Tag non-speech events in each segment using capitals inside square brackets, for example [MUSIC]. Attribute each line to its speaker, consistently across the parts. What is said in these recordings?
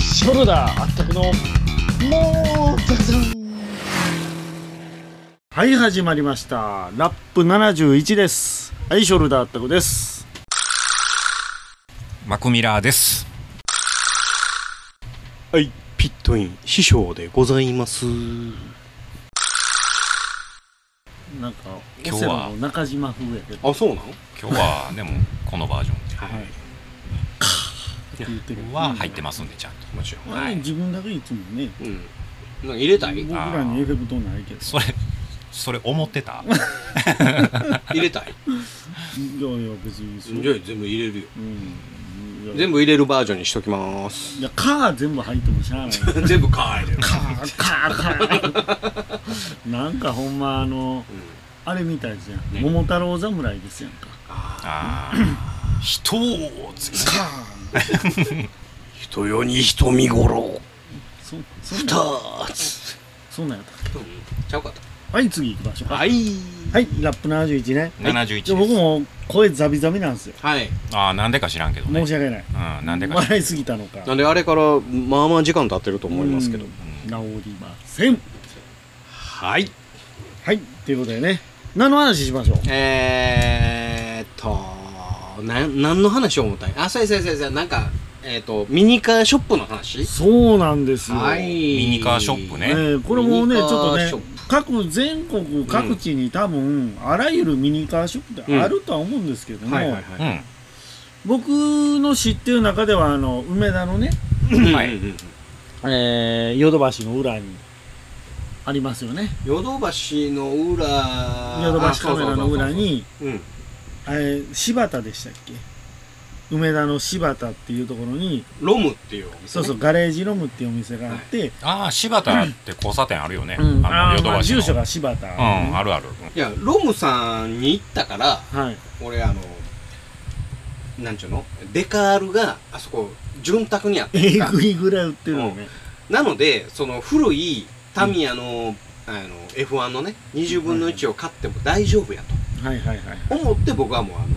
Speaker 1: ショルダーあったくの、もう、ザザンはい、始まりました。ラップ71です。はい、ショルダーあったくです。
Speaker 2: マクミラーです。
Speaker 3: はい、ピットイン師匠でございます。
Speaker 1: なんか、
Speaker 2: 今日は
Speaker 1: オセロの中島風やけど、
Speaker 3: あ、そうなの？
Speaker 2: 今日はでもこのバージョン
Speaker 3: は
Speaker 1: はいい。って言ってる。
Speaker 2: は入ってますんでちゃんと。
Speaker 3: もちろ
Speaker 1: まあ自分だけいつもね、
Speaker 3: ん。うん。なんか入れたい？
Speaker 1: 僕らにエフェクトないけど、
Speaker 2: それそれ思っ
Speaker 1: [LAUGHS]
Speaker 2: てた。
Speaker 3: 入れたい。
Speaker 1: いやいや、別にそう。
Speaker 3: じゃあ全部入れるよ。
Speaker 1: うんいや
Speaker 3: 全部入れるバージョンにしときまー
Speaker 1: [LAUGHS]
Speaker 3: す。
Speaker 1: いや、カー全部入ってもしゃあない。
Speaker 3: 全部か入れる。
Speaker 1: カー、カー、カー。なんかほんまあの、あれみたいじゃん。桃太郎侍ですやんか。
Speaker 2: ああ、人をつけ
Speaker 1: カーン
Speaker 3: 人世に人見頃。
Speaker 1: そそん
Speaker 3: 二
Speaker 1: なん
Speaker 3: つ。
Speaker 1: そんなんやったっ
Speaker 3: ちゃうかっ
Speaker 1: けはい、次行きましょう
Speaker 3: た。
Speaker 1: か。
Speaker 3: はい。
Speaker 1: はい、ラップ71ね。
Speaker 2: 71です
Speaker 1: いや僕も声ザビザビなんですよ。
Speaker 3: はい。
Speaker 2: ああなんでか知らんけどね。
Speaker 1: 申し訳ない。
Speaker 2: うんなんでか知らん。
Speaker 1: 笑いすぎたのか。
Speaker 3: なんであれからまあまあ時間経ってると思いますけど
Speaker 1: うん。治りません。
Speaker 3: はい。
Speaker 1: はい、ということでね。何の話しましょう
Speaker 3: えーっと、な、何の話を思ったんやあ、そうやそうやそうやそうや、なんか、えーっと、ミニカーショップの話
Speaker 1: そうなんですよ。
Speaker 3: はい。
Speaker 1: ね
Speaker 2: ミニカーショップね
Speaker 1: えこれもね、
Speaker 3: ミ
Speaker 1: ち
Speaker 3: ニ
Speaker 1: ょ
Speaker 3: カ
Speaker 1: っ
Speaker 3: ー
Speaker 1: とね
Speaker 3: ショップ、
Speaker 1: 各全国各地に多分、あらゆるミニカーショップってあるとは思うんですけども、
Speaker 3: はいはいは
Speaker 2: うん。
Speaker 1: 僕の知ってる中では、あの、梅田のね、
Speaker 3: い。
Speaker 2: は
Speaker 3: はいい。
Speaker 1: えーヨドバシの裏にありますよね。
Speaker 3: ヨドバシの裏。
Speaker 1: ヨドバシカメラの裏
Speaker 3: あ。
Speaker 1: に、
Speaker 3: そうそうそうそううん。
Speaker 1: えー柴田でしたっけ梅田の柴田っていうところに、
Speaker 3: ロムっていうお店、ね。
Speaker 1: そうそう、ガレージロムっていうお店があって、
Speaker 2: ああ柴田って交差点あるよね。
Speaker 1: うんあ
Speaker 2: あの
Speaker 1: ー
Speaker 2: ヨド
Speaker 1: まあ
Speaker 2: バシの。
Speaker 1: 住所が柴田、
Speaker 2: うんあるある。
Speaker 3: いや、ロムさんに行ったから、
Speaker 1: はい。 [LAUGHS]
Speaker 3: 俺、あの、なんちゅうのデカールが、あそこ、潤沢にあって。
Speaker 1: えぐいぐらい売ってるのね。
Speaker 3: なので、その古いタミヤの、あの、F1 のね、20分の1を買っても大丈夫や
Speaker 1: はいはいはい。
Speaker 3: と思って、僕はもう、あの、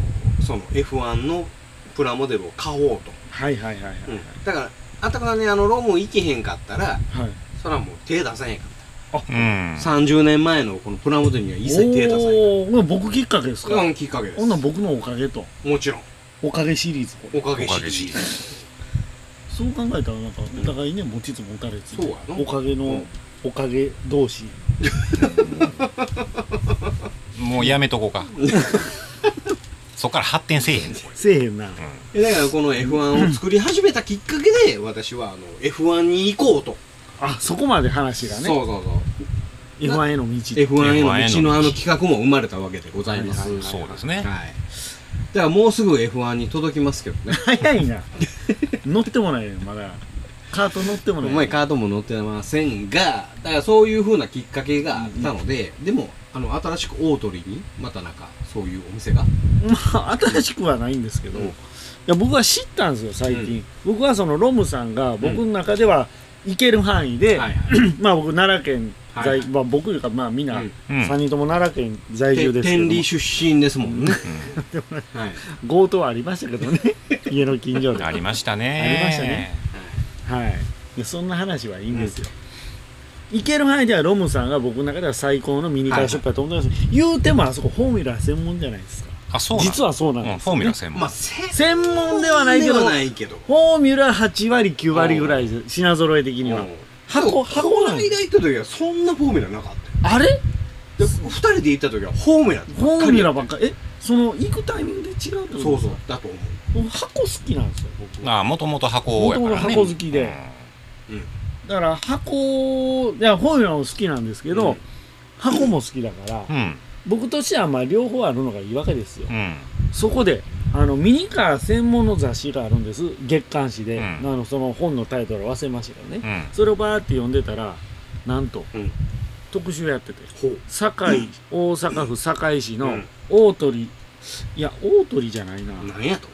Speaker 3: その F1 のプラモデルを買おうと。
Speaker 1: はいはいはいはいはい。
Speaker 3: うん。だから、あたかがね、あの、ロム行けへんかったら、
Speaker 1: はい
Speaker 3: それはもう手出せへんやから。
Speaker 2: うん。
Speaker 3: 30年前のこのプラモデルには一切手出さない。
Speaker 1: おー僕きっかけです
Speaker 3: そ
Speaker 1: か
Speaker 3: れがきっかけです。
Speaker 1: ほんなん僕のおかげと
Speaker 3: もちろん。
Speaker 1: おかげシリーズこれ
Speaker 3: おかげ
Speaker 2: おかげし
Speaker 3: し。
Speaker 1: そう考えたらなんかお互いね持ちつ持たれつ
Speaker 3: そうやな
Speaker 1: おかげ
Speaker 3: う
Speaker 1: の
Speaker 3: ん
Speaker 1: おかげ同士
Speaker 2: もうやめとこうか。そっから発展せえへんでこれ。
Speaker 1: せえへんな
Speaker 3: えだからこの F1 を作り始めたきっかけで、私はあの F1 に行こうと。
Speaker 1: あそこまで話がね
Speaker 3: そうそうそう。
Speaker 1: F1 への道
Speaker 3: F1 への道
Speaker 2: F1 への
Speaker 3: の
Speaker 2: 道
Speaker 3: あの企画も生まれたわけでございます。
Speaker 1: はいはい。
Speaker 2: そうですね。
Speaker 3: はい。だからもうすぐ F1 に届きますけどね
Speaker 1: 早いな乗ってもないよまだカート乗っても
Speaker 3: お
Speaker 1: ない
Speaker 3: 前カードも載ってませんが、だからそういう風なきっかけがあったので、でも、あの、新しく大鳥に、またなんか、そういうお店が。
Speaker 1: まあ新しくはないんですけど、
Speaker 3: うん
Speaker 1: いや僕は知ったんですよ最近、僕はそのロムさんが僕の中では行ける範囲で、
Speaker 3: はいはい
Speaker 1: まあ僕奈良県在、
Speaker 3: はいはい
Speaker 1: まあ僕というかまあみんな、
Speaker 3: うん
Speaker 2: うん
Speaker 1: 3人とも奈良県在住ですけど
Speaker 3: 天
Speaker 1: も
Speaker 3: 理出身ですもんね。はい。
Speaker 1: 強盗はありましたけど
Speaker 2: [LAUGHS]
Speaker 1: ね家の近所で
Speaker 2: ありましたね。
Speaker 1: ありましたね。はいでそんな話はいいんですよ、行ける範囲ではロムさんが僕の中では最高のミニカーショップだと思ってます、言うてもあそこフォーミュラー専門じゃないですか
Speaker 2: あそうなの
Speaker 1: 実はそうなんです、
Speaker 2: う
Speaker 1: ね
Speaker 2: んフォーミュラ専門。
Speaker 3: まあ、せ
Speaker 1: 専門ではないけど
Speaker 3: ではないけど。
Speaker 1: フォーミュラ8割9割ぐらいです品揃え的には
Speaker 3: うん
Speaker 1: 箱箱
Speaker 3: こ
Speaker 1: な
Speaker 3: の
Speaker 1: ん
Speaker 3: 間行った時はそんなフォーミュラなかったよ
Speaker 1: あれ
Speaker 3: で二人で行った時はフォーミュラばっかり
Speaker 1: フォーミュラばっかえその行くタイミングで違うってこと
Speaker 3: そうそうだと思
Speaker 1: 箱好きなんですよ僕
Speaker 2: ああ、もともと箱やからね。
Speaker 1: 元々箱好きでだから箱いやフォーミュラも好きなんですけど、
Speaker 3: うん
Speaker 1: 箱も好きだから、
Speaker 2: うん。うん。
Speaker 1: 僕としてはまあ両方あるのがいいわけですよ、
Speaker 2: うん。
Speaker 1: そこであのミニカー専門の雑誌があるんです月刊誌で、
Speaker 2: うん
Speaker 1: あのその本のタイトル忘れましたけどね、
Speaker 2: うん。
Speaker 1: それをバーって読んでたらなんと、
Speaker 3: うん
Speaker 1: 特集やってて
Speaker 3: うほう
Speaker 1: 堺、大阪府堺市
Speaker 3: う
Speaker 1: の
Speaker 3: ん
Speaker 1: 大鳥いや大鳥じゃないな
Speaker 3: なんやと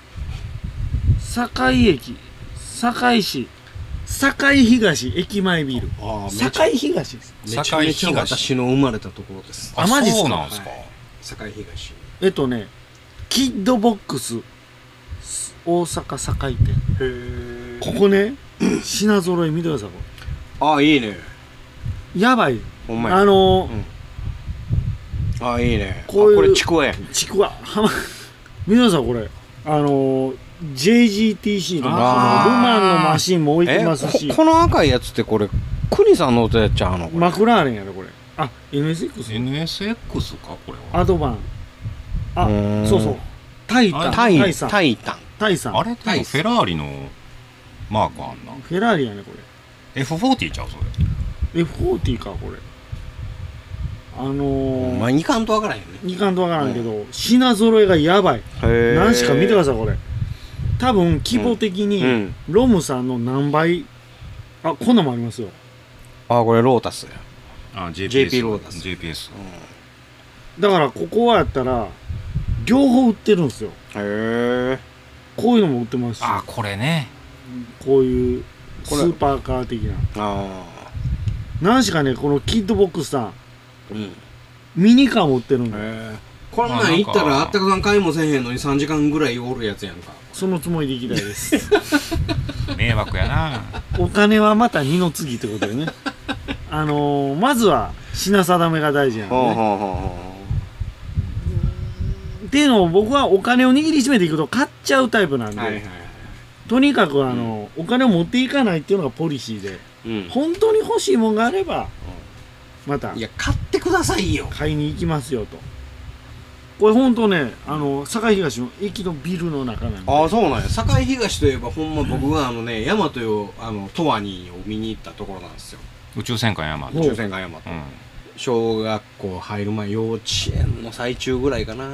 Speaker 1: 堺駅堺市堺東駅前ビル
Speaker 3: あめちゃ
Speaker 1: 堺東です
Speaker 3: めちゃめちゃ
Speaker 2: 堺東
Speaker 3: 私の生まれたところです
Speaker 1: あマジっすか
Speaker 2: そうなんですか。
Speaker 3: 堺東
Speaker 1: えっとねキッドボックス大阪堺店
Speaker 3: へ
Speaker 1: ここね品揃え見てくださいこ
Speaker 3: あいいね
Speaker 1: れやばい
Speaker 3: ほんまや
Speaker 1: あのー
Speaker 3: あいいね
Speaker 1: こういう
Speaker 3: あこれちくわや
Speaker 1: ちくわ [LAUGHS] はま見てくださいこれあのー JGTC とかそのル
Speaker 3: あー
Speaker 1: マンのマシンも置いてますし
Speaker 3: ここの赤いやつってこれクニさんの音やっちゃうのこれ
Speaker 1: マクラーレンやろこれあ NSX
Speaker 2: NSX かこれは
Speaker 1: アドバンあ
Speaker 3: うーん
Speaker 1: そうそうタイタン
Speaker 2: あ
Speaker 3: タ
Speaker 1: タ
Speaker 3: イ
Speaker 1: イさん
Speaker 3: タイタン
Speaker 1: タイさん
Speaker 2: あれでもフェラーリのマークあんな
Speaker 1: フェラーリやねこれ
Speaker 2: F40 ちゃうそれ
Speaker 1: F40 かこれあの
Speaker 3: お
Speaker 1: ー、
Speaker 3: 前いかんとわからへんよね
Speaker 1: いかんとわからんけど、品揃えがやばい
Speaker 3: へ
Speaker 1: 何しか見てくだ
Speaker 3: さ
Speaker 1: さいこれ多分規模的に、
Speaker 3: うん
Speaker 1: ロムさんの何倍あこんなんもありますよ
Speaker 3: あこれロータスや
Speaker 2: あ
Speaker 3: JP ローダス
Speaker 2: GPS
Speaker 1: だからここはやったら両方売ってるんですよ
Speaker 3: へえ
Speaker 1: こういうのも売ってますし
Speaker 2: あこれね
Speaker 1: こういうス
Speaker 3: これ
Speaker 1: ーパーカー的な
Speaker 3: あ
Speaker 1: 何しかねこのキッドボックスさん
Speaker 3: あうん
Speaker 1: ミニカーも売ってるんだよ
Speaker 3: えこん
Speaker 2: まあ
Speaker 3: な
Speaker 2: なん
Speaker 3: ん
Speaker 2: か
Speaker 3: 行ったらあったかさん買いもせえへんのに3時間ぐらいおるやつやんか
Speaker 1: そのつもりでいきたいです
Speaker 2: 迷惑
Speaker 1: [LAUGHS]
Speaker 2: やな
Speaker 1: お金はまた二の次ってことよ
Speaker 3: [LAUGHS]
Speaker 1: ねあのー、まずは品定めが大事やんでね
Speaker 3: うほうほ
Speaker 1: っていうのを僕はお金を握りしめていくと買っちゃうタイプなんで、
Speaker 3: はいはいはい
Speaker 1: とにかくあの、お金を持っていかないっていうのがポリシーで
Speaker 3: うん
Speaker 1: 本当に欲しいもんがあればまた
Speaker 3: いや買ってくださいよ
Speaker 1: 買いに行きますよとこれ本当ねあの堺東の駅のビルの中なんで
Speaker 3: ああそうなんや堺東といえばほんま僕があのね大和よあの十和にを見に行ったところなんですよ
Speaker 2: 宇宙戦艦ヤマ
Speaker 1: お
Speaker 2: ト
Speaker 1: う
Speaker 3: 抽選会大和
Speaker 2: うん
Speaker 3: 小学校入る前幼稚園の最中ぐらいかな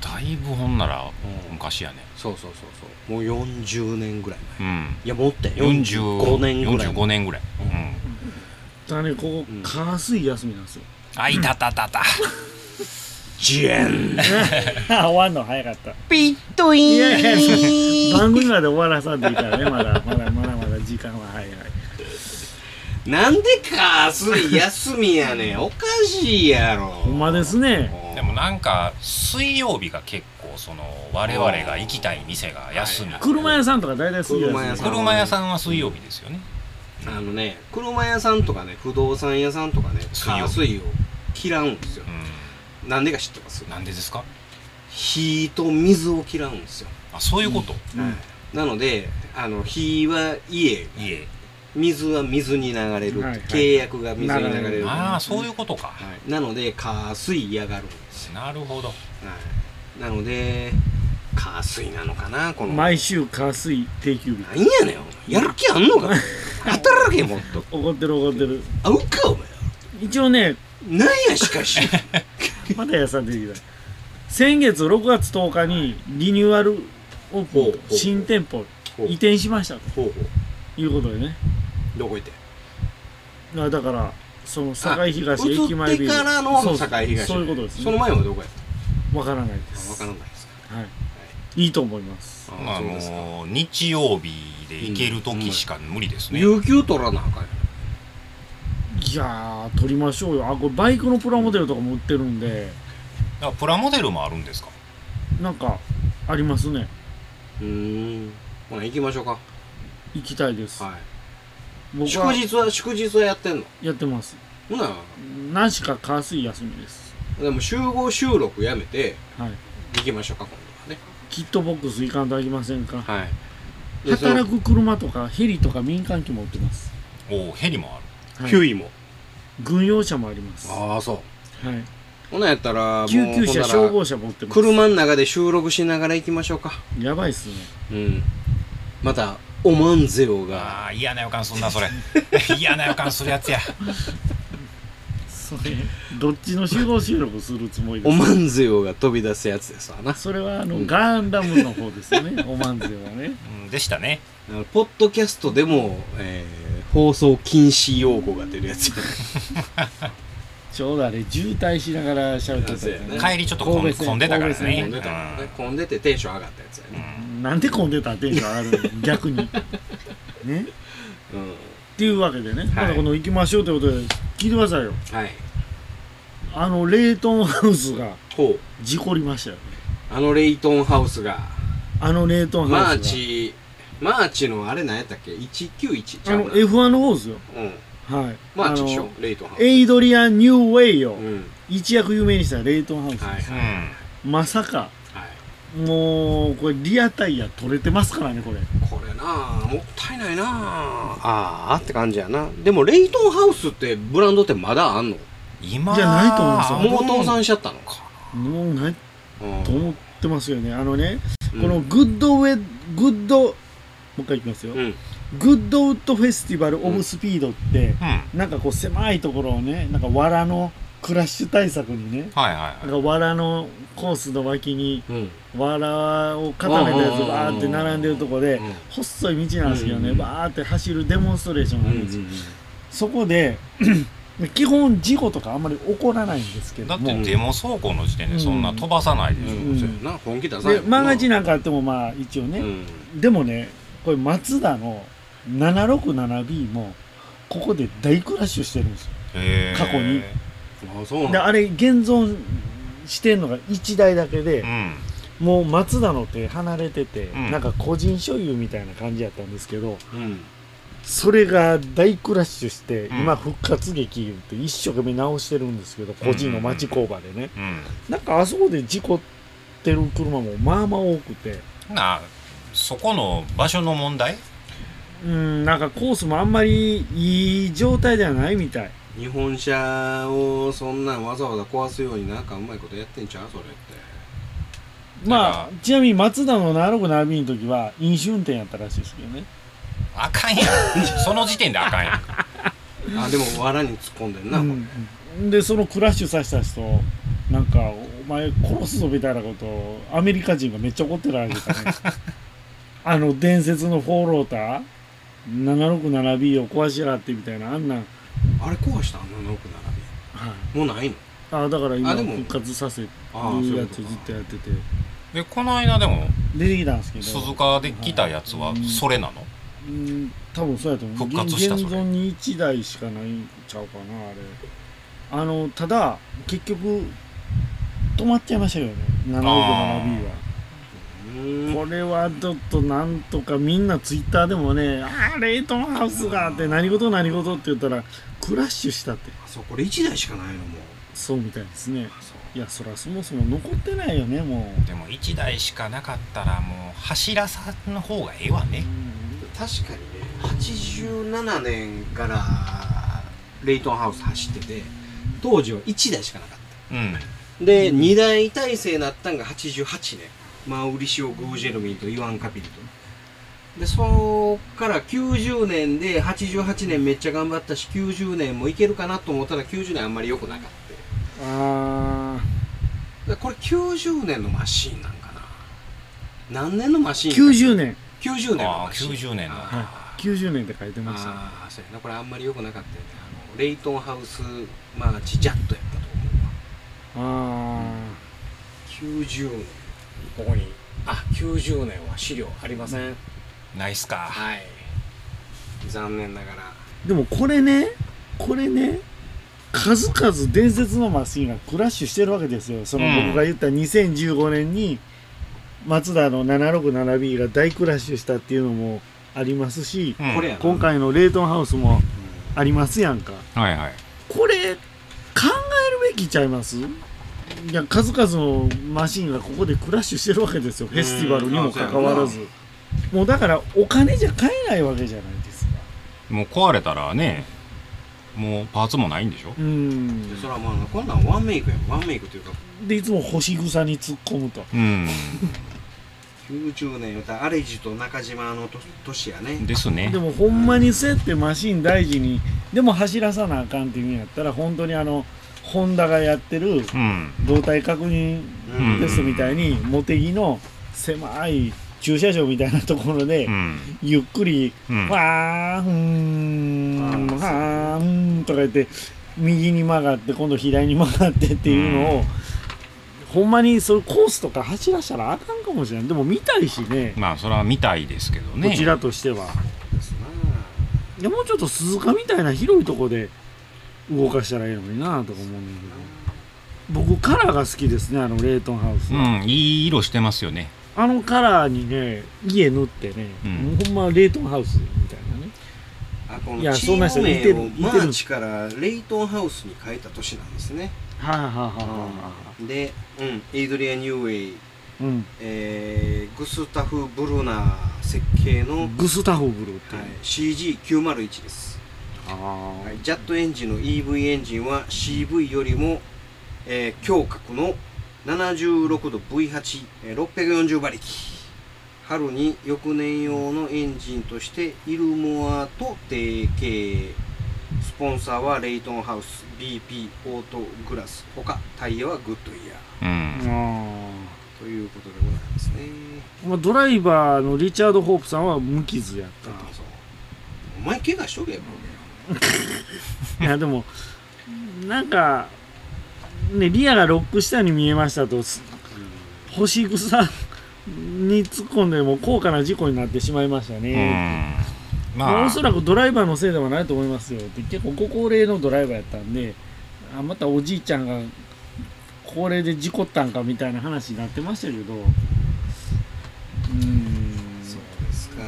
Speaker 2: だいぶほんなら
Speaker 3: うん
Speaker 2: 昔やね
Speaker 3: そうそうそうそうもう40年ぐらい前
Speaker 2: うん
Speaker 3: いやもっとや45
Speaker 2: 45
Speaker 3: 年ぐらい
Speaker 2: 45年ぐらいうん
Speaker 1: ただねここ
Speaker 3: うん
Speaker 1: 火水休みなん
Speaker 3: [LAUGHS]
Speaker 1: ですよ
Speaker 2: あいたたたた
Speaker 3: ジェン
Speaker 1: 終わんの早かった
Speaker 3: ピットイ
Speaker 1: いやいやそ
Speaker 3: ーン
Speaker 1: 番組まで終わらさんでいいからねまだまだまだまだ時間は早い
Speaker 3: なんでか明日休みやねんおかしいやろ
Speaker 1: ほんまですね
Speaker 2: でもなんか水曜日が結構その我々が行きたい店が休み
Speaker 3: はい
Speaker 1: 車屋さんとか大体水曜
Speaker 3: 車屋
Speaker 1: 休
Speaker 3: さん
Speaker 1: み
Speaker 2: 車屋さんは水曜日ですよね
Speaker 3: あのね車屋さんとかね不動産屋さんとかね
Speaker 2: 水曜
Speaker 3: 火水を嫌うんですよ
Speaker 2: う
Speaker 3: なんでか知ってます
Speaker 2: んなんでですか
Speaker 3: 火と水を嫌うんですよ、
Speaker 2: あそういうこと
Speaker 1: うん
Speaker 3: なのであの火は家
Speaker 2: 家
Speaker 3: 水は水に流れる、
Speaker 1: はいはい
Speaker 3: 契約が水に流れる、
Speaker 2: あ
Speaker 3: は
Speaker 2: あそういうことか
Speaker 3: い、なので火水嫌がるんですよ、
Speaker 2: なるほど
Speaker 3: はい、なので火水なのかなこの
Speaker 1: 毎週火水定休日
Speaker 3: 何やねんお前やる気あんのか働けもっと
Speaker 1: 怒ってる怒ってる
Speaker 3: あうかお前
Speaker 1: 一応ね
Speaker 3: なんやしかし
Speaker 1: まだ屋さん出てきた先月6月10日にリニューアルオー
Speaker 3: ほうほ
Speaker 1: プ
Speaker 3: うほ
Speaker 1: ン
Speaker 3: う
Speaker 1: 新店舗
Speaker 3: ほう
Speaker 1: 移転しました
Speaker 3: ほうほ
Speaker 1: ということでね
Speaker 3: うどこ行って
Speaker 1: だからだからその堺東駅前ビル
Speaker 3: 移ってからの
Speaker 1: そう
Speaker 3: 堺東
Speaker 1: そういうことです
Speaker 3: その
Speaker 1: ね
Speaker 3: 前はどこやった
Speaker 1: わからないで
Speaker 3: あわ
Speaker 1: す
Speaker 3: からないですか
Speaker 1: はいいいと思います
Speaker 2: まああの日曜日で行ける時しか無理ですね
Speaker 3: 有給取らなあかんや
Speaker 1: いやー撮りましょうよあこれバイクのプラモデルとかも売ってるんで
Speaker 2: だからプラモデルもあるんですか
Speaker 1: なんかありますね
Speaker 3: ろうーんほな行きましょうか
Speaker 1: 行きたいです
Speaker 3: は
Speaker 1: 僕
Speaker 3: い祝
Speaker 1: は
Speaker 3: 日は祝日はやってんの
Speaker 1: やってます
Speaker 3: ほな
Speaker 1: 何しか火水休みです
Speaker 3: でも集合収録やめて
Speaker 1: はい
Speaker 3: 行きましょうか今度はね
Speaker 1: キットボックス行かんとあきませんか
Speaker 3: はいでその
Speaker 1: 働く車とかヘリとか民間機も売ってます、
Speaker 2: おおヘリもある
Speaker 1: はい
Speaker 3: ヒューイも
Speaker 1: 軍用車もあります、は
Speaker 3: ああそう
Speaker 1: い、
Speaker 3: ほなやったらもう
Speaker 1: 救急
Speaker 3: ほんな
Speaker 1: 車
Speaker 3: ら
Speaker 1: 消防車も売ってます
Speaker 3: 車の中で収録しながら行きましょうか
Speaker 1: やばいっすね
Speaker 3: うんまたおまんぜよが
Speaker 2: ああ嫌な予感すんなそれ [LAUGHS] 嫌な予感するやつや
Speaker 1: それどっちの集合収録するつもりで
Speaker 3: お
Speaker 1: す
Speaker 3: ま
Speaker 1: か
Speaker 3: んぜよが飛び出すやつですわな
Speaker 1: それはあの、
Speaker 3: うん
Speaker 1: ガンダムの方ですよ
Speaker 3: [LAUGHS]
Speaker 1: ねおまんぜはね
Speaker 2: うんでしたね
Speaker 3: あのポッドキャストでも、えー放送禁止用語が出るやつ
Speaker 1: ちょうどあれ渋滞しながら喋ってたやつ
Speaker 3: そうやね
Speaker 2: 帰りちょっと混ん
Speaker 1: 神戸線
Speaker 2: 混んでたから
Speaker 1: 神戸線混
Speaker 2: ね
Speaker 1: ん
Speaker 3: 出たもんね
Speaker 2: う
Speaker 3: 混んでてテンション上がったやつやね、
Speaker 1: なんで混んでたらテンション上がるの
Speaker 3: [LAUGHS]
Speaker 1: 逆にね
Speaker 3: うん
Speaker 1: っていうわけでね、ま
Speaker 3: は
Speaker 1: だ
Speaker 3: い
Speaker 1: この行きましょうということで聞いてくださいよ
Speaker 3: はい
Speaker 1: あのレイトンハウスが
Speaker 3: ほう
Speaker 1: 事故りましたよ
Speaker 3: あのレイトンハウスが
Speaker 1: あの冷凍ハ
Speaker 3: マ
Speaker 1: ウ
Speaker 3: ー
Speaker 1: スが
Speaker 3: チマーチのあれ何やったっけ ?191 ち
Speaker 1: あ
Speaker 3: ゃう
Speaker 1: の
Speaker 3: な。
Speaker 1: F1 の方ですよ
Speaker 3: うん。
Speaker 1: はい
Speaker 3: マーチでし
Speaker 1: あ
Speaker 3: ょ
Speaker 1: の
Speaker 3: レイトンハウス。
Speaker 1: エイドリアン・ニューウェイを
Speaker 3: うん。
Speaker 1: 一躍有名にしたレイトンハウスです、
Speaker 3: はい。
Speaker 2: う
Speaker 3: は
Speaker 2: ん
Speaker 3: い。
Speaker 1: まさか
Speaker 3: はい
Speaker 1: もうこれリアタイヤ取れてますからねこれ
Speaker 3: これなあもったいないなあああって感じやなでもレイトンハウスってブランドってまだあんの
Speaker 2: 今
Speaker 1: じゃないと思うんですよ
Speaker 3: もう倒産
Speaker 2: ん
Speaker 3: しちゃったのか、
Speaker 1: もうない
Speaker 3: うん
Speaker 1: と思ってますよねあのね、
Speaker 3: うん
Speaker 1: このグッドウェグッドもう一回いきますよ、
Speaker 3: うん
Speaker 1: グッドウッドフェスティバル・オブ・スピードって、
Speaker 2: うんはい
Speaker 1: なんかこう狭いところをねなんか藁のクラッシュ対策にね
Speaker 2: はいはい
Speaker 1: なんか藁のコースの脇に
Speaker 3: うん
Speaker 1: 藁を固めたやつ
Speaker 3: うんうんうんうん
Speaker 1: バーって並んでるとこで、
Speaker 3: うん
Speaker 1: 細い道なんですけどね、
Speaker 3: うん
Speaker 1: バーって走るデモンストレーションがあ
Speaker 3: う
Speaker 1: るんですよ、
Speaker 3: ん
Speaker 1: そこで [CLEARS THROAT] 基本事故とかあんまり起こらないんですけ
Speaker 2: だ
Speaker 1: ど
Speaker 2: っ
Speaker 1: も
Speaker 2: てデモ走行の時点でそんな飛ばさないでしょ、
Speaker 3: うん
Speaker 1: うん
Speaker 3: そうやな本気出さな
Speaker 1: で
Speaker 3: い
Speaker 1: 万が一
Speaker 3: な
Speaker 1: なんかあってもまあ一応ね、
Speaker 3: うん
Speaker 1: でもねこれマツダの 767B もここで大クラッシュしてるんですよ
Speaker 2: へー
Speaker 1: 過去に
Speaker 3: あそうなん
Speaker 1: で
Speaker 3: だ
Speaker 1: あれ現存してんのが1台だけで
Speaker 2: う、ん
Speaker 1: もうマツダの手離れてて、
Speaker 2: うん
Speaker 1: なんか個人所有みたいな感じやったんですけど
Speaker 3: うん
Speaker 1: それが大クラッシュして、
Speaker 2: うん
Speaker 1: 今復活劇言って一生懸命直してるんですけど個人の町工場でね、
Speaker 2: う
Speaker 1: なんかあそこで事故ってる車もまあまあ多くて
Speaker 2: んなあそこの場所の問題
Speaker 1: うんなんかコースもあんまりいい状態ではないみたい
Speaker 3: 日本車をそんなんわざわざ壊すようになんかうまいことやってんちゃうそれって
Speaker 1: まあ
Speaker 2: なん
Speaker 1: ちなみに松田の7 6 7 b の時は飲酒運転やったらしいですけどね
Speaker 2: あかんやんその時点であかんやん
Speaker 3: あでも藁に突っ込んでんな、こ
Speaker 1: うん、でそのクラッシュさせた人なんか「お前殺すぞ」みたいなことをアメリカ人がめっちゃ怒ってるわけですね [LAUGHS] あの伝説のフォーローター 767B を壊しやがってみたいなあんなん、
Speaker 3: れあれ壊したあんなのく並
Speaker 1: はい
Speaker 3: びもうないの
Speaker 1: あだから今
Speaker 3: あでも
Speaker 1: 復活させる
Speaker 3: ああそうい
Speaker 1: や
Speaker 3: うこ
Speaker 1: つ
Speaker 3: と
Speaker 1: を
Speaker 3: か
Speaker 1: ずっとやってて
Speaker 2: でこの間でも
Speaker 1: 出てきたんですけど
Speaker 2: 鈴鹿で来たやつはそれなの
Speaker 1: うん多分そうやと思う
Speaker 2: 復活した
Speaker 1: 現
Speaker 2: それ
Speaker 1: 現存に1台しかないんちゃうかなあれあのただ結局止まっちゃいましたよね7 6 7 b は
Speaker 3: うーん
Speaker 1: これはちょっとなんとかみんなツイッターでもね「ああレイトンハウスが」って何事何事って言ったらクラッシュしたって
Speaker 3: あそうこれ1台しかないのもう
Speaker 1: そうみたいですね
Speaker 3: あそう
Speaker 1: いやそらそもそも残ってないよねも
Speaker 2: でも1台しかなかったらもう柱さんの方がええわね
Speaker 1: う、
Speaker 3: 確かにね87年からレイトンハウス走ってて当時は1台しかなかっ
Speaker 2: うん、
Speaker 3: たで、2台体制になったんが88年マウリシオ・グージェルミンとイワン・カピリとでそっから90年で88年めっちゃ頑張ったし90年もいけるかなと思ったら90年あんまり良くなかっ
Speaker 1: ああ
Speaker 3: たでこれ90年のマシンなんかな何年のマシンか
Speaker 1: 90年
Speaker 3: 90年のマシン
Speaker 2: あー90年の
Speaker 3: あー
Speaker 1: はい90年って書いてましたね
Speaker 3: ああそうやなこれあんまり良くなかったよねあのレイトンハウスマーチジャットやったと思うわ
Speaker 1: あ
Speaker 3: 90年ここにあ90年は資料ありません
Speaker 2: ないっすか
Speaker 3: はい残念ながら
Speaker 1: ーでもこれねこれね数々伝説のマシンがクラッシュしてるわけですよその
Speaker 2: うん
Speaker 1: 僕が言った2015年にマツダの 767B が大クラッシュしたっていうのもありますし、
Speaker 2: うん
Speaker 3: これやな
Speaker 1: 今回のレイトンハウスもありますやんか
Speaker 2: はいはい
Speaker 1: これ考えるべきちゃいますいや数々のマシンがここでクラッシュしてるわけですよフェスティバルにもかかわらずもうだからお金じゃ買えないわけじゃないですか
Speaker 2: もう壊れたらねもうパーツもないんでしょ
Speaker 1: うん
Speaker 3: でそれはまあこんなんワンメイクやんワンメイクというか
Speaker 1: でいつも干し草に突っ込むと
Speaker 2: うん
Speaker 3: 90年言うたらアレジと中島のと年やね
Speaker 2: ですね
Speaker 1: でもほんまにそうやってマシン大事にでも走らさなあかんっていうんやったら本当にあのホンダがやってる
Speaker 2: うん
Speaker 1: 動体確認
Speaker 3: うん
Speaker 1: テストみたいに茂木の狭い駐車場みたいなところで
Speaker 2: うん
Speaker 1: ゆっくり
Speaker 2: うん
Speaker 1: わーふーん
Speaker 3: あー
Speaker 1: はーんとか言って右に曲がって今度左に曲がってっていうのを、ほんまにそういうコースとか走らしたらあかんかもしれないでも見たいしね
Speaker 2: まあそれは見たいですけどね
Speaker 1: こちらとしては
Speaker 3: ですな
Speaker 1: でもうちょっと鈴鹿みたいな広いとこで動かしたらいいのになとか思うんだけど僕カラーが好きですねあのレイトンハウス、
Speaker 2: うんいい色してますよね
Speaker 1: あのカラーにね家塗ってね、
Speaker 2: うん
Speaker 1: ほんまレイトンハウスみたいなね
Speaker 3: あこ
Speaker 1: い
Speaker 3: の
Speaker 1: や
Speaker 3: チ
Speaker 1: そ
Speaker 3: ー
Speaker 1: んな人
Speaker 3: ム
Speaker 1: いて
Speaker 3: 名
Speaker 1: る
Speaker 3: を
Speaker 1: いてる
Speaker 3: マーチからレイトンハウスに変えた年なんですね。
Speaker 1: はあ、はあはあはあ
Speaker 3: で、うん、エイドリアン・ニューウェイ、
Speaker 1: うん、
Speaker 3: えーグスタフ・ブルナー設計の、はい、
Speaker 1: グスタフブルーっていう、
Speaker 3: CG901 です、
Speaker 1: あー
Speaker 3: はいジャットエンジンの EV エンジンは CV よりも、えー強角の76度 V8640、えー640馬力春に翌年用のエンジンとしてイルモアと提携スポンサーはレイトンハウス BP オートグラス他タイヤはグッドイヤー
Speaker 2: う
Speaker 1: あ
Speaker 2: ん
Speaker 3: ということでございますね。
Speaker 1: ーまあドライバーのリチャード・ホープさんは無傷やったと
Speaker 3: そう。お前怪我しとけよ。
Speaker 1: いやでもなんかねリアがロックしたように見えましたとす星草に突っ込んでも高価な事故になってしまいました
Speaker 2: う
Speaker 1: ね、
Speaker 2: ん
Speaker 1: まあ
Speaker 2: ま
Speaker 1: おそ
Speaker 2: あ
Speaker 1: らくドライバーのせいではないと思いますよって結構ご高齢のドライバーやったんであまたおじいちゃんが高齢で事故ったんかみたいな話になってましたけどうーん
Speaker 3: そうですか。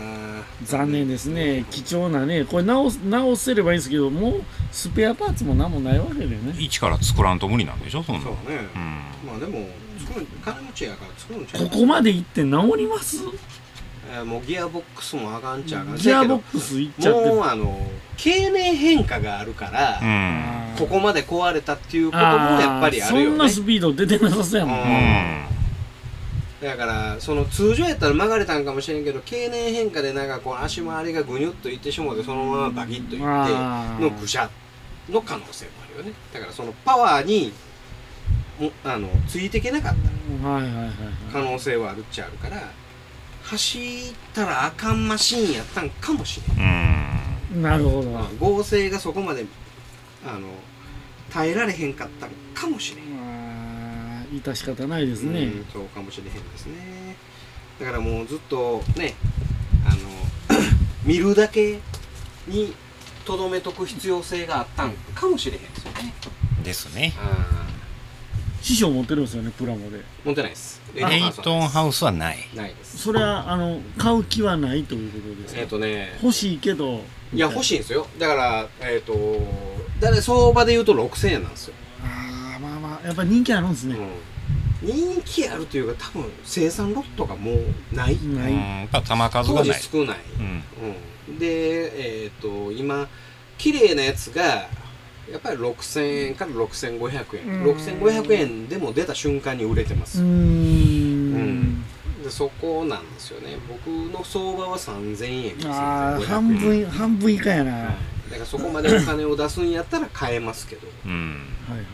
Speaker 1: 残念ですね貴重なねこれ直す直せればいいんですけどもうスペアパーツも何もないわけでね
Speaker 2: 一から作らんと無理なんでしょそんな
Speaker 3: そうね。
Speaker 2: うん
Speaker 3: まあでも作る金持ちやから作るんちゃう
Speaker 1: こ。こまで行って直ります
Speaker 3: えーもうギアボックスもあかんちゃあかん。
Speaker 1: ギアボッ
Speaker 3: ク
Speaker 1: クス行っちゃって
Speaker 3: もう
Speaker 1: る
Speaker 3: あの経年変化があるから、
Speaker 2: うん
Speaker 3: ここまで壊れたっていうこともやっぱり
Speaker 1: ー
Speaker 3: ある
Speaker 1: そん
Speaker 3: よ
Speaker 1: な
Speaker 3: ね。
Speaker 1: スピード出てなさそうやもん
Speaker 2: う
Speaker 1: ね
Speaker 2: ん
Speaker 3: だからその通常やったら曲がれたんかもしれんけど経年変化でなんかこう足回りがぐにゅっといってしまうでそのままバキッといって。
Speaker 1: あー
Speaker 3: の愚者の可能性もあるよねだからそのパワーにもあのついていけなかった
Speaker 1: はいはいはいはい
Speaker 3: 可能性はあるっちゃあるから走ったらあかんマシーンやったんかもしれん、
Speaker 2: うん
Speaker 1: なるほど。
Speaker 3: まあ合成がそこまであの耐えられへんかったんかもしれん
Speaker 1: まあ、致し方ないですね。
Speaker 3: うんそうかもしれへんですねだからもうずっとねあの [COUGHS] 見るだけにとどめとく必要性があったんかもしれへんですよね
Speaker 2: ですね
Speaker 3: あ
Speaker 1: 師匠持ってるんですよね、プラモで。
Speaker 3: ー持ってないですレ
Speaker 2: レイトンハウスはない
Speaker 3: ないです。
Speaker 1: それは、あの、買う気はないということです
Speaker 3: えっ、
Speaker 1: ね。
Speaker 3: とね、
Speaker 1: 欲しいけど。
Speaker 3: いや、欲
Speaker 1: い。
Speaker 3: しいんですよ。だから、えっ、と、だから相場で言うと6000円なんですよ。
Speaker 1: ああ、まあまあ、やっぱ人気あるんですね。
Speaker 3: うん人気あるというか、多分生産ロットがもうない。
Speaker 1: な
Speaker 2: う
Speaker 1: い。
Speaker 2: ん
Speaker 1: あ
Speaker 2: やっぱ弾数
Speaker 3: 当
Speaker 2: が
Speaker 3: 時
Speaker 2: ない
Speaker 3: 少ない。
Speaker 2: うん
Speaker 3: うんで、えっ、と、今、綺麗なやつが、やっぱり6000円から6500円。
Speaker 1: うん
Speaker 3: 6500円でも出た瞬間に売れてま
Speaker 1: うー
Speaker 3: す。
Speaker 1: ん。
Speaker 3: でそこなんですよね。僕の相場は3000円。
Speaker 1: ああ、
Speaker 3: 3500円
Speaker 1: 半分、半分以下やな。はい
Speaker 3: だからそこまでお金を出すんやったら買えますけど、
Speaker 2: うん
Speaker 1: はいは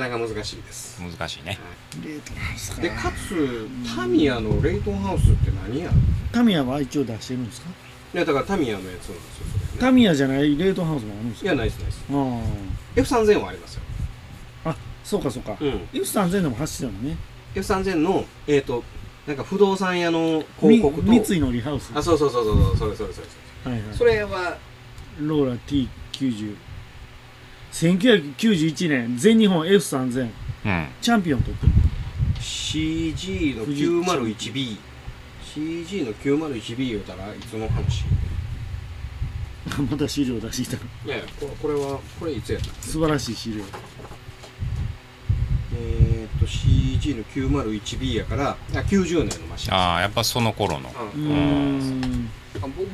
Speaker 3: なかなか難しいです。
Speaker 2: 難しいね
Speaker 1: い。レートンハウスか
Speaker 3: で、かつ、タミヤのレイトンハウスって何や
Speaker 1: タミヤは一応出してるんですか
Speaker 3: いや、だからタミヤのやつなんですよ、それね
Speaker 1: タミヤじゃないレートンハウスもあるんです
Speaker 3: い
Speaker 1: か
Speaker 3: や、ないです、ないです。
Speaker 1: あー
Speaker 3: F3000 はありますよ。
Speaker 1: そうかそうか。
Speaker 3: ん。
Speaker 1: イフ3000でも走ってたもんね。
Speaker 3: F3000 の、えっ、と、なんか不動産屋の
Speaker 1: み
Speaker 3: 広告と、
Speaker 1: 三井のリハウス。
Speaker 3: あ、
Speaker 1: は
Speaker 3: そうそうそうそう、それそれそれそ
Speaker 1: いはい。
Speaker 3: れ。それは、
Speaker 1: ローラ T90。1991年、全日本 F3000、
Speaker 2: うん
Speaker 1: チャンピオン取ってる。
Speaker 3: CG の 901B。CG の 901B 言うたらいつの話
Speaker 1: [LAUGHS] また資料出してきた。
Speaker 3: いやいや、ここれは、これいつやった
Speaker 1: 素晴らしい資料。
Speaker 3: えー、っと CG の 901B やからあ90年のマシン
Speaker 2: ああやっぱその頃の
Speaker 1: うー
Speaker 3: うん
Speaker 1: ん。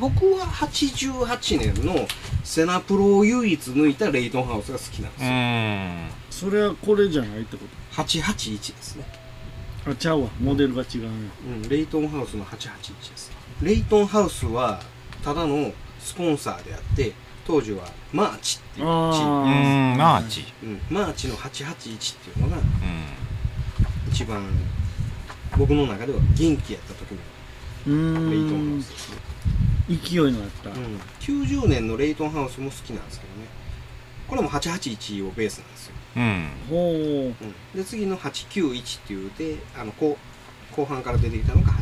Speaker 3: ぼ僕は88年のセナプロを唯一抜いたレイトンハウスが好きなんで
Speaker 2: う
Speaker 3: すよ、
Speaker 2: ん
Speaker 1: それはこれじゃないってこ
Speaker 3: 881ですね、
Speaker 1: と。あ、ちゃうわ。モデルが違うね。
Speaker 3: うん、レイトンハウスの881ですレイトンハウスはただのスポンサーであって当時はマーチっていうチーム
Speaker 2: う
Speaker 1: あ
Speaker 2: んマーチ
Speaker 3: うん、マーチの881っていうのが
Speaker 2: うん
Speaker 3: 一番僕の中では元気やった時の
Speaker 1: うー
Speaker 3: レイトンハウ
Speaker 1: ん
Speaker 3: ス。ですね
Speaker 1: 勢いのあった。
Speaker 3: うん、90年のレイトンハウスも好きなんですけどねこれも881をベースなんですよ、
Speaker 2: うん
Speaker 1: ほ
Speaker 3: うん、で次の891っていうであの後後半から出てきたのが891
Speaker 1: う。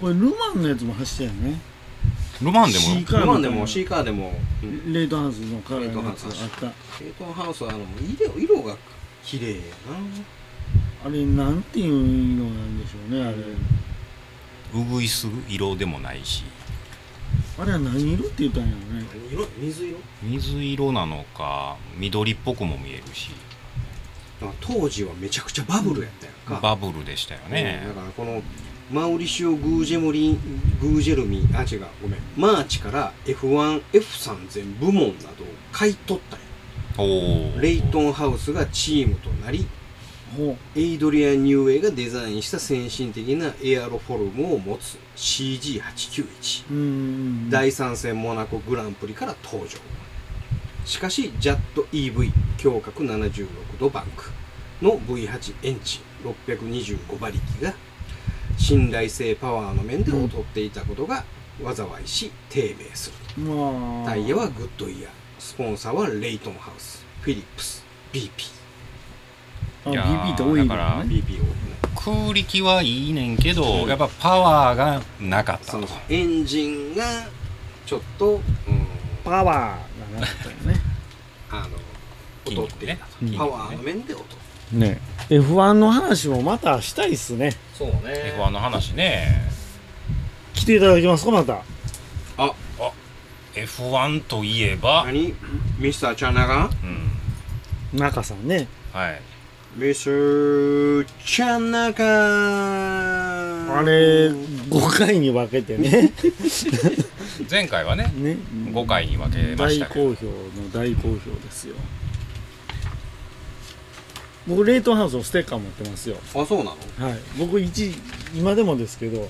Speaker 1: これ、ルマンのやつも走ってたよね。
Speaker 2: ロマンでも
Speaker 1: C カー
Speaker 3: 今
Speaker 1: みた
Speaker 3: で
Speaker 1: いな
Speaker 3: もシーカーでも、うん
Speaker 1: レートンハウスのカラーのやつあ
Speaker 3: レートンハウス
Speaker 1: った。
Speaker 3: レイトンハウスはあの色色が綺麗やな
Speaker 1: あれなんていうのなんでしょうねあれ
Speaker 2: うぐいす色でもないし
Speaker 1: あれは何色って言ったんやろね
Speaker 3: 何色水色
Speaker 2: 水色なのか緑っぽくも見えるし
Speaker 3: だから当時はめちゃくちゃバブルやったやんか、
Speaker 2: バブルでしたよね
Speaker 3: うんだからこのマウリシオ・グージェムリングージェルミンあ違うごめんマーチから F1F3000 部門などを買い取ったんや
Speaker 2: おお
Speaker 3: レイトンハウスがチームとなり
Speaker 1: ほ
Speaker 3: エイドリアン・ニューエイがデザインした先進的なエアロフォルムを持つ CG891
Speaker 1: ううんうんうん
Speaker 3: 第3戦モナコグランプリから登場しかしジャット EV 強角76度バンクの V8 エンジン625馬力が信頼性パワーの面で劣っていたことが災いし低迷する
Speaker 1: まあ
Speaker 3: タイヤはグッドイヤースポンサーはレイトンハウスフィリップス BP
Speaker 1: あ
Speaker 2: いや
Speaker 1: BB って多いか
Speaker 2: だからら
Speaker 1: ね
Speaker 3: BP を
Speaker 2: 空力はいいねんけどやっぱパワーがなかった
Speaker 3: そ
Speaker 2: と
Speaker 3: のエンジンがちょっと、うん、
Speaker 1: パワーがなかったよね
Speaker 3: あの劣っていたと、
Speaker 1: 筋肉ね
Speaker 3: パワーの面で劣って
Speaker 1: ね F1 の話もまたしたいっすね
Speaker 3: そう
Speaker 2: F1 の話ね
Speaker 1: 来ていただけますかまた
Speaker 2: F1 といえば、
Speaker 3: 何ミスターチャーナガン
Speaker 2: うん
Speaker 1: 中さんね
Speaker 2: はい、
Speaker 3: ミスターチャーナガン
Speaker 1: あれ5回に分けてね
Speaker 2: 前回はね
Speaker 1: ね
Speaker 2: 5回に分けま
Speaker 1: 大
Speaker 2: したけど
Speaker 1: 好評の大好評ですよ僕レイトンハウスのステッカー持ってますよ
Speaker 3: あそうなの
Speaker 1: はい僕一今でもですけど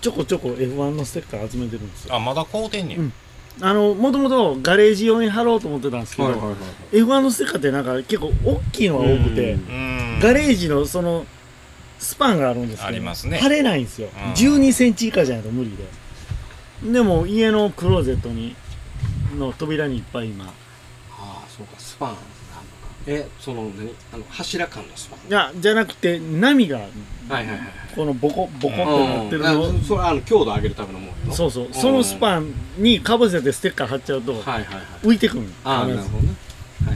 Speaker 1: ちょこちょこ F1 のステッカー集めてるんですよ
Speaker 2: あまだ買うてんねん、
Speaker 1: うんあのもともとガレージ用に貼ろうと思ってたんですけど、
Speaker 3: い
Speaker 1: F1 のステッカーってなんか結構大きいのが多くて
Speaker 3: う
Speaker 2: う
Speaker 3: ん
Speaker 2: ん
Speaker 1: ガレージのそのスパンがあるんですけど
Speaker 2: ありますね
Speaker 1: 貼れないんですよ、
Speaker 2: うん
Speaker 1: 1 2センチ以下じゃないと無理ででも家のクローゼットにの扉にいっぱい今
Speaker 3: ああそうかスパンがあるのかえその何あの柱間のスパン
Speaker 1: いやじゃなくて波が
Speaker 3: はいはいはい
Speaker 1: このボコボコってなってるのを
Speaker 3: うんあそれあの強度上げるためのもの
Speaker 1: そうそうそのスパンにかぶせてステッカー貼っちゃうと
Speaker 3: はいはいはい
Speaker 1: 浮いてくるの
Speaker 3: ああなるほどねは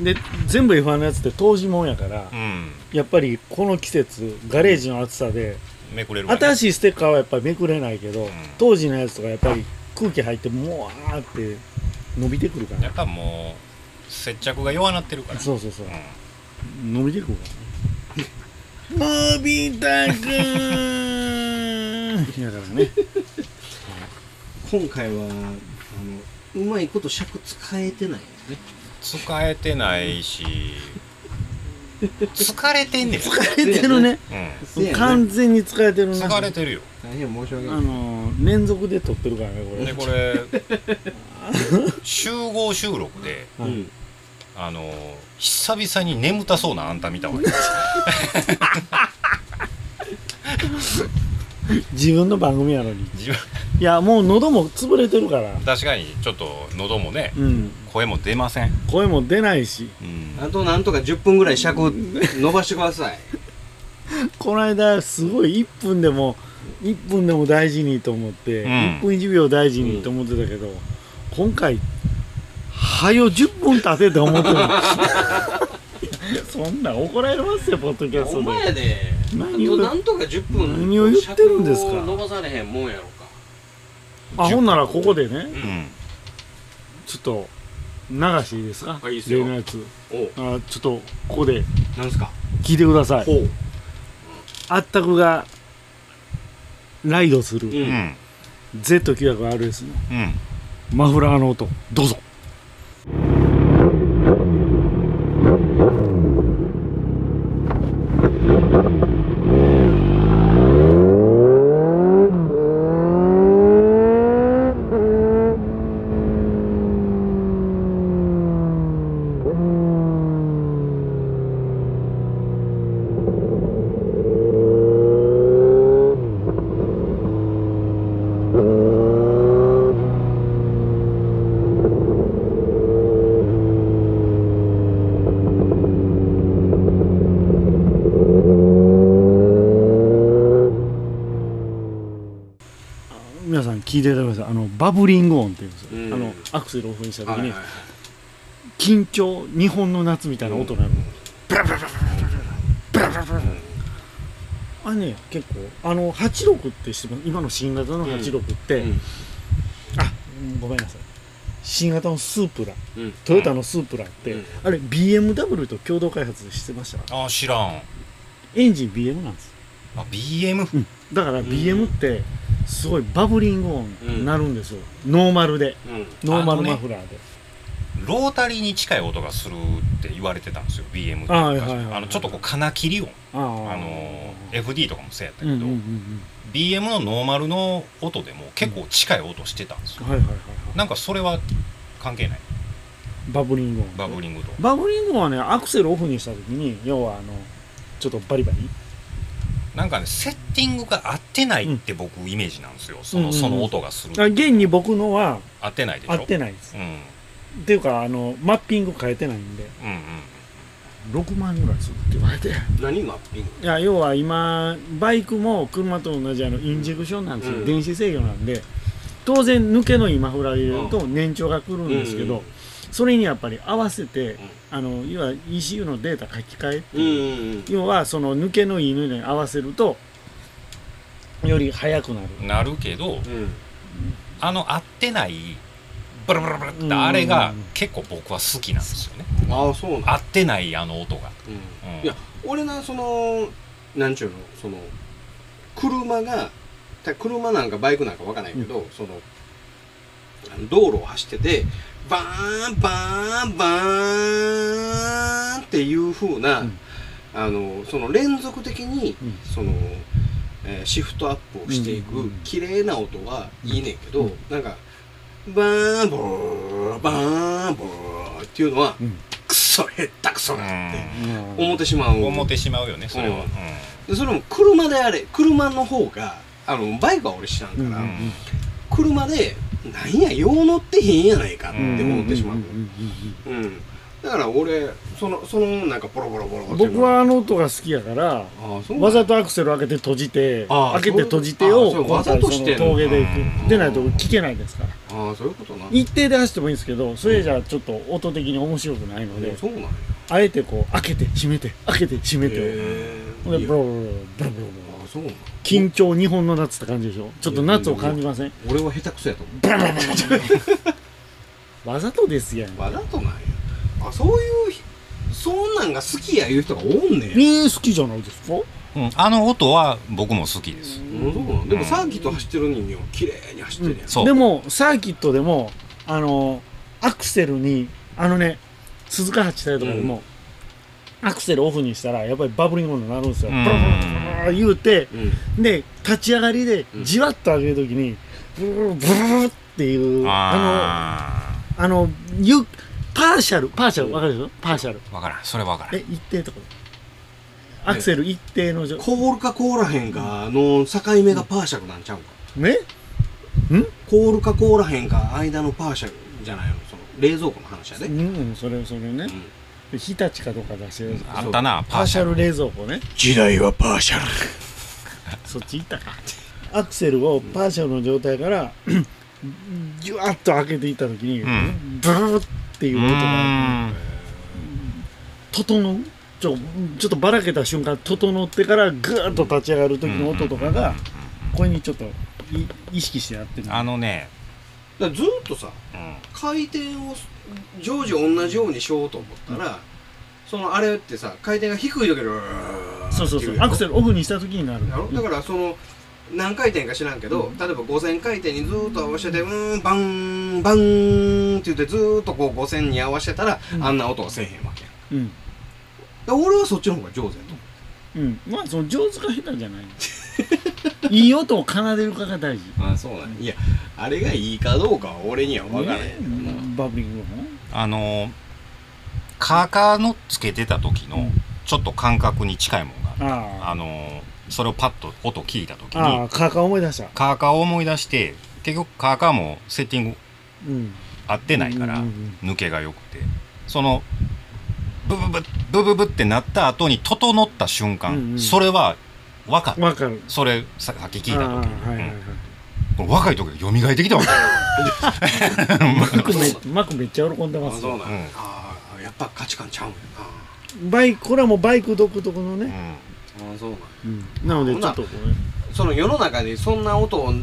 Speaker 3: い
Speaker 1: で全部 F1 のやつって当時もんやから
Speaker 2: うん
Speaker 1: やっぱりこの季節ガレージの暑さで
Speaker 2: めくれるわね
Speaker 1: 新しいステッカーはやっぱりめくれないけど当時のやつとかやっぱり空気入ってもうあーって伸びてくるから
Speaker 2: やっぱもう接着が弱なってるから
Speaker 1: そうそうそう
Speaker 2: うん
Speaker 1: 伸びてくるからね伸びた [LAUGHS] くーんいやだから
Speaker 3: [LAUGHS]
Speaker 1: ね
Speaker 3: 今回はあのうまいこと尺使えてないよね
Speaker 2: 使えてないし疲れてんねん、
Speaker 1: 疲れてるね
Speaker 2: う
Speaker 3: せやね
Speaker 1: 完全に疲れてる
Speaker 2: ん、
Speaker 1: な
Speaker 2: 疲れてるよ
Speaker 3: 大変申し
Speaker 1: あ
Speaker 3: 訳ない
Speaker 1: のー連続で撮ってるからねこれ
Speaker 2: でこれ集合収録で
Speaker 1: はい
Speaker 3: うん
Speaker 2: あの久々に眠たそうなあんた見たわけ
Speaker 1: 自分の番組やのに
Speaker 2: 自分
Speaker 1: いやもう喉も潰れてるから
Speaker 2: 確かにちょっと喉もね
Speaker 1: うん
Speaker 2: 声も出ません、
Speaker 1: 声も出ないし
Speaker 2: うん
Speaker 3: あとなんとか10分ぐらい尺伸ばしてください
Speaker 1: この間すごい1分でも1分でも大事にと思って、
Speaker 2: うん
Speaker 1: 1分1秒大事にと思ってたけど、今回はよ10分経てと思ってる [LAUGHS] そんなん怒られますよポッドキャス
Speaker 3: お
Speaker 1: ト
Speaker 3: 前
Speaker 1: で
Speaker 3: やで
Speaker 1: 何を
Speaker 3: あとなんとか10分
Speaker 1: 何を言ってるんですか
Speaker 3: 尺を伸ばされへんもんやろか
Speaker 1: あほんならここでね
Speaker 2: うん
Speaker 1: ちょっと流していいですか
Speaker 3: あいいですよ
Speaker 1: 例のやつ
Speaker 3: おう
Speaker 1: あちょっとここで
Speaker 3: なんすか
Speaker 1: 聞いてください
Speaker 3: ほう
Speaker 1: あったくがライドする
Speaker 3: う
Speaker 2: うんん
Speaker 1: Z900RS の
Speaker 2: うん
Speaker 1: マフラーの音どうぞ皆さん聞いていただきましたあのバブリング音っていうんですよ、
Speaker 3: うん
Speaker 1: あのアクセルオフにした時
Speaker 3: はいはい
Speaker 1: に
Speaker 3: はい
Speaker 1: 緊張日本の夏みたいな音なの、ブラブラブラブラブラブラあれね結構あの86って知ってます今の新型の86って、
Speaker 3: うん
Speaker 1: あうんごめんなさい新型のスープラ
Speaker 3: うん
Speaker 1: トヨタのスープラって、
Speaker 3: うん
Speaker 1: あれ BMW と共同開発してました
Speaker 2: ああ知らん
Speaker 1: エンジン BM なんです
Speaker 2: あ BM
Speaker 1: だから BM ってすごいバブリング音になるんですよ、ノーマルで
Speaker 3: うん
Speaker 1: ノーマル
Speaker 2: あのね
Speaker 1: マフラーで、
Speaker 2: ロータリーに近い音がするって言われてたんですよ BM って
Speaker 1: あはいはいはい
Speaker 2: あのちょっとこう金切り音
Speaker 1: あー
Speaker 2: あの FD とかもそうやったけ
Speaker 1: うん
Speaker 2: ど、
Speaker 1: うんうんうん、
Speaker 2: BM のノーマルの音でも結構近い音してたんですよ、
Speaker 1: はいはいはいはい
Speaker 2: なんかそれは関係ない
Speaker 1: バブリング音
Speaker 2: バブリングと
Speaker 1: バブリング音はねアクセルオフにした時に要はあのちょっとバリバリ
Speaker 2: なんかねセッティングが合ってないって僕イメージなんですよ、そ
Speaker 1: うんう
Speaker 2: の
Speaker 1: んうん
Speaker 2: その音がする、
Speaker 1: あ現に僕のは
Speaker 2: 合ってないでしょ
Speaker 1: 合ってないです
Speaker 2: うん、うん
Speaker 1: っていうかあのマッピング変えてないんで
Speaker 2: うん
Speaker 1: 6万ぐらいするって言われてい
Speaker 3: 何マッピング
Speaker 1: や要は今バイクも車と同じあのインジェクションなんですよ、
Speaker 3: うん
Speaker 1: 電子制御なんで当然抜けのいいマフラー入れると年長が来るんですけど、それにやっぱり合わせて、あの要は ECU のデータ書き換えって
Speaker 3: うん
Speaker 1: いう
Speaker 3: うん
Speaker 1: 要はその抜けのいいのに合わせるとより速くなる
Speaker 2: うんなるけど
Speaker 3: うん
Speaker 2: あの合ってないブラブラブラってあれが結構僕は好きなんですよね
Speaker 3: ああそうなん
Speaker 2: 合ってないあの音が、
Speaker 3: う
Speaker 2: うん
Speaker 3: んいや俺なそのなんちゅうのその車がた車なんかバイクなんかわかんないけど、そのあの道路を走っててバーンバーンバーンっていう風な、
Speaker 1: うん
Speaker 3: あのその連続的に、
Speaker 1: うん
Speaker 3: その、えーシフトアップをしてい
Speaker 1: うんうんう
Speaker 3: く
Speaker 1: ん
Speaker 3: 綺麗な音はいいねんけど、
Speaker 1: うん
Speaker 3: なんかバーンボーバーンボーっていうのは、
Speaker 1: うん
Speaker 3: クソへったくそ
Speaker 2: うん
Speaker 3: なって。思ってしまう
Speaker 2: 思ってしまうよねそれは、
Speaker 3: うんでそれも車であれ車の方があのバイクは俺知らんか
Speaker 1: う
Speaker 3: ら、
Speaker 2: うん
Speaker 1: ん
Speaker 3: 車でなんやよう乗ってへんやないかって
Speaker 1: うん
Speaker 3: 思ってしまう、うん
Speaker 1: んんん
Speaker 3: だから俺そのそのなんかボロボロボロって
Speaker 1: うん
Speaker 3: いう
Speaker 1: 僕
Speaker 3: の
Speaker 1: はあの音が好きやから
Speaker 3: ああそう
Speaker 1: わざとアクセル開けて閉じて
Speaker 3: あー
Speaker 1: 開けて閉じて
Speaker 3: そう
Speaker 1: を
Speaker 3: そう
Speaker 1: 今回
Speaker 3: わざとしてん
Speaker 1: そ
Speaker 3: の
Speaker 1: の峠でい
Speaker 2: うん
Speaker 1: くでないと聞けないですから
Speaker 3: ああそういうことな
Speaker 1: 一定で走ってもいいんですけどそれじゃちょっと音的に面白くないので
Speaker 3: そうなんや
Speaker 1: あえてこう開けて閉めて開けて閉めて
Speaker 3: へ
Speaker 1: ほん
Speaker 3: え
Speaker 1: で
Speaker 3: いい
Speaker 1: ブロ
Speaker 3: よ
Speaker 1: ブロブロブロブロ
Speaker 3: ああそうなん
Speaker 1: 緊張日本の夏って感じでしょちょっと夏を感じません
Speaker 3: 俺は下手くそやと思
Speaker 1: バラバラバラバラわざとですやん
Speaker 3: うわざとなんやあそういうひそんなんが好きやいう人がおんねん
Speaker 1: えー、好きじゃないですか
Speaker 2: うんうんあの音は僕も好きです
Speaker 3: うんそうなんでもサーキット走ってる人には綺麗に走ってるやん、
Speaker 2: そう
Speaker 1: でもサーキットでもあのアクセルにあのね鈴鹿八大とかでも、アクセルオフにしたらやっぱりバブリング音になるんですよ、
Speaker 2: うん
Speaker 1: ブラブラブラブラ言うて
Speaker 3: うん
Speaker 1: で立ち上がりで
Speaker 3: うん
Speaker 1: じわっと上げるときにブルブルブルブルっていうあの
Speaker 2: あ
Speaker 1: あのゆパーシャルパーシャルわかるでしょパーシャル
Speaker 2: あ分からんそれ分からん
Speaker 1: え一定とかアクセル一定の状
Speaker 3: 凍るか凍らへんかの境目がパーシャルなんちゃうんか
Speaker 1: ね
Speaker 3: 凍るか凍らへんか間のパーシャルじゃないのその冷蔵庫の話やで、
Speaker 1: う
Speaker 3: うん
Speaker 1: んそれそれねで日立かどうか出してる
Speaker 2: あったな
Speaker 1: パ
Speaker 2: パ
Speaker 1: ー
Speaker 2: ー
Speaker 1: シ
Speaker 2: シ
Speaker 1: ャ
Speaker 2: ャ
Speaker 1: ル
Speaker 2: ル
Speaker 1: 冷蔵庫ね
Speaker 3: 時代はパーシャル
Speaker 1: そっち行ったか。アクセルをパーシャルの状態から、ぎゅわっと開けていったときに、
Speaker 2: ん
Speaker 1: ブルーっていう音が、
Speaker 2: うん
Speaker 1: 整うちょちょっとばらけた瞬間、整ってからぐーっと立ち上がる時の音とかが、これにちょっとい意識してやってる。
Speaker 2: あのね、
Speaker 3: だからずーっとさ
Speaker 2: うん
Speaker 3: 回転を常時同じようにしようと思ったら、そのあれってさ回転が低い時にうー
Speaker 1: そうそうそ
Speaker 3: っ
Speaker 1: う
Speaker 3: て。い
Speaker 1: アクセ
Speaker 3: ル
Speaker 1: ルオフにした時になる。
Speaker 3: やろだからその何回転か知らんけど、例えば5000回転にずーっと合わせてうーんバンバンって言ってずーっとこう5000に合わせたら、あんな音がせえへんわけやん
Speaker 1: うん。
Speaker 3: だから俺はそっちの方が上手やと
Speaker 1: う
Speaker 3: 思う
Speaker 1: ん。まあ、その上手か下手じゃない。いい音を奏でるかが大事。
Speaker 3: あそうなんやいやあれがいいかどうかは俺には分からへんけどな、
Speaker 1: ねバブリング音ね
Speaker 2: あの、カーカーのつけてた時
Speaker 1: う
Speaker 2: の
Speaker 1: ん、
Speaker 2: ちょっと感覚に近いもんがある、
Speaker 1: あ
Speaker 2: あの、それをパッと音聞いた時
Speaker 1: あ。あ
Speaker 2: に
Speaker 1: あ、、カーカー思い出した。
Speaker 2: カーカーを思い出して、結局カーカーもセッティング
Speaker 1: うん。
Speaker 2: 合ってないから
Speaker 1: うんうんうん、
Speaker 2: 抜けが良くて、その、ブブブブブブってなった後に整った瞬
Speaker 1: うんうん
Speaker 2: 間、それは分かった。
Speaker 1: わかる。
Speaker 2: それささっき聞いた時
Speaker 1: あーはいはい
Speaker 2: に
Speaker 1: は
Speaker 2: うんこれ若い時が蘇ってきたわけようん
Speaker 1: [LAUGHS] い。マクめマクめっちゃ喜んで
Speaker 3: あ
Speaker 1: ますよ。
Speaker 3: そうなん
Speaker 2: う
Speaker 3: や
Speaker 2: ん
Speaker 3: ああやっぱ価値観ちゃうんや
Speaker 1: バイクこれはもうバイク独特の
Speaker 2: う
Speaker 1: ね、
Speaker 2: ん
Speaker 3: ああそうなんや
Speaker 1: うん、なのでちょっとこ
Speaker 3: その世の中でそんな音を流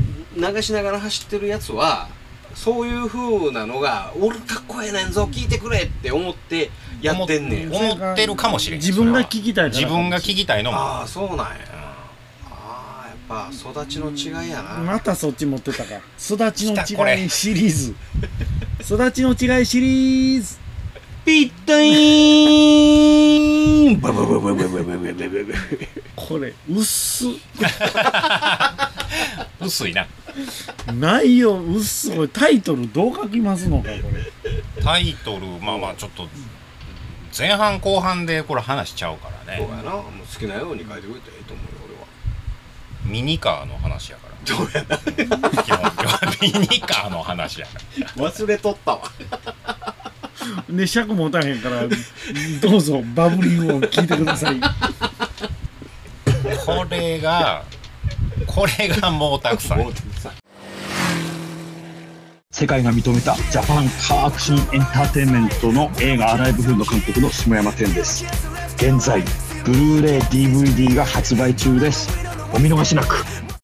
Speaker 3: しながら走ってるやつはそういう風なのが「俺かっこええねんぞ聞いれ聞いてくれ」って思ってやってんねん
Speaker 1: 思
Speaker 2: 思ってるかもし
Speaker 1: れ
Speaker 2: れん
Speaker 1: 自分が聞きたいから
Speaker 2: 自分が聞きたいのも
Speaker 3: ああそうなんやああやっぱ育ちの違いやな、
Speaker 1: またそっち持ってたか育ち
Speaker 2: 来たこ
Speaker 1: の違
Speaker 2: れ
Speaker 1: いシリーズ育ちの違いシリーズ
Speaker 3: ピッタイーンババババババババババ
Speaker 1: これ薄っ
Speaker 2: 薄いな
Speaker 1: 内容薄っこれタイトルどう書きますのかこれ
Speaker 2: タイトルまあまあちょっと前半後半でこれ話しちゃうから
Speaker 3: そうや
Speaker 2: ね
Speaker 3: なもう好きなように書いてくれていいと思うよ俺は
Speaker 2: ミニカーの話やからどうやな基本的にはミニカーの話やから
Speaker 3: 忘れとった [LAUGHS] わ
Speaker 1: で尺持たへんからどうぞバブリングを聞いてください
Speaker 2: これがこれが毛沢さん
Speaker 4: 世界が認めたジャパンカーアクションエンターテインメントの映画「アライブフード」監督の下山天です現在ブルーレイ DVD が発売中ですお見逃しなく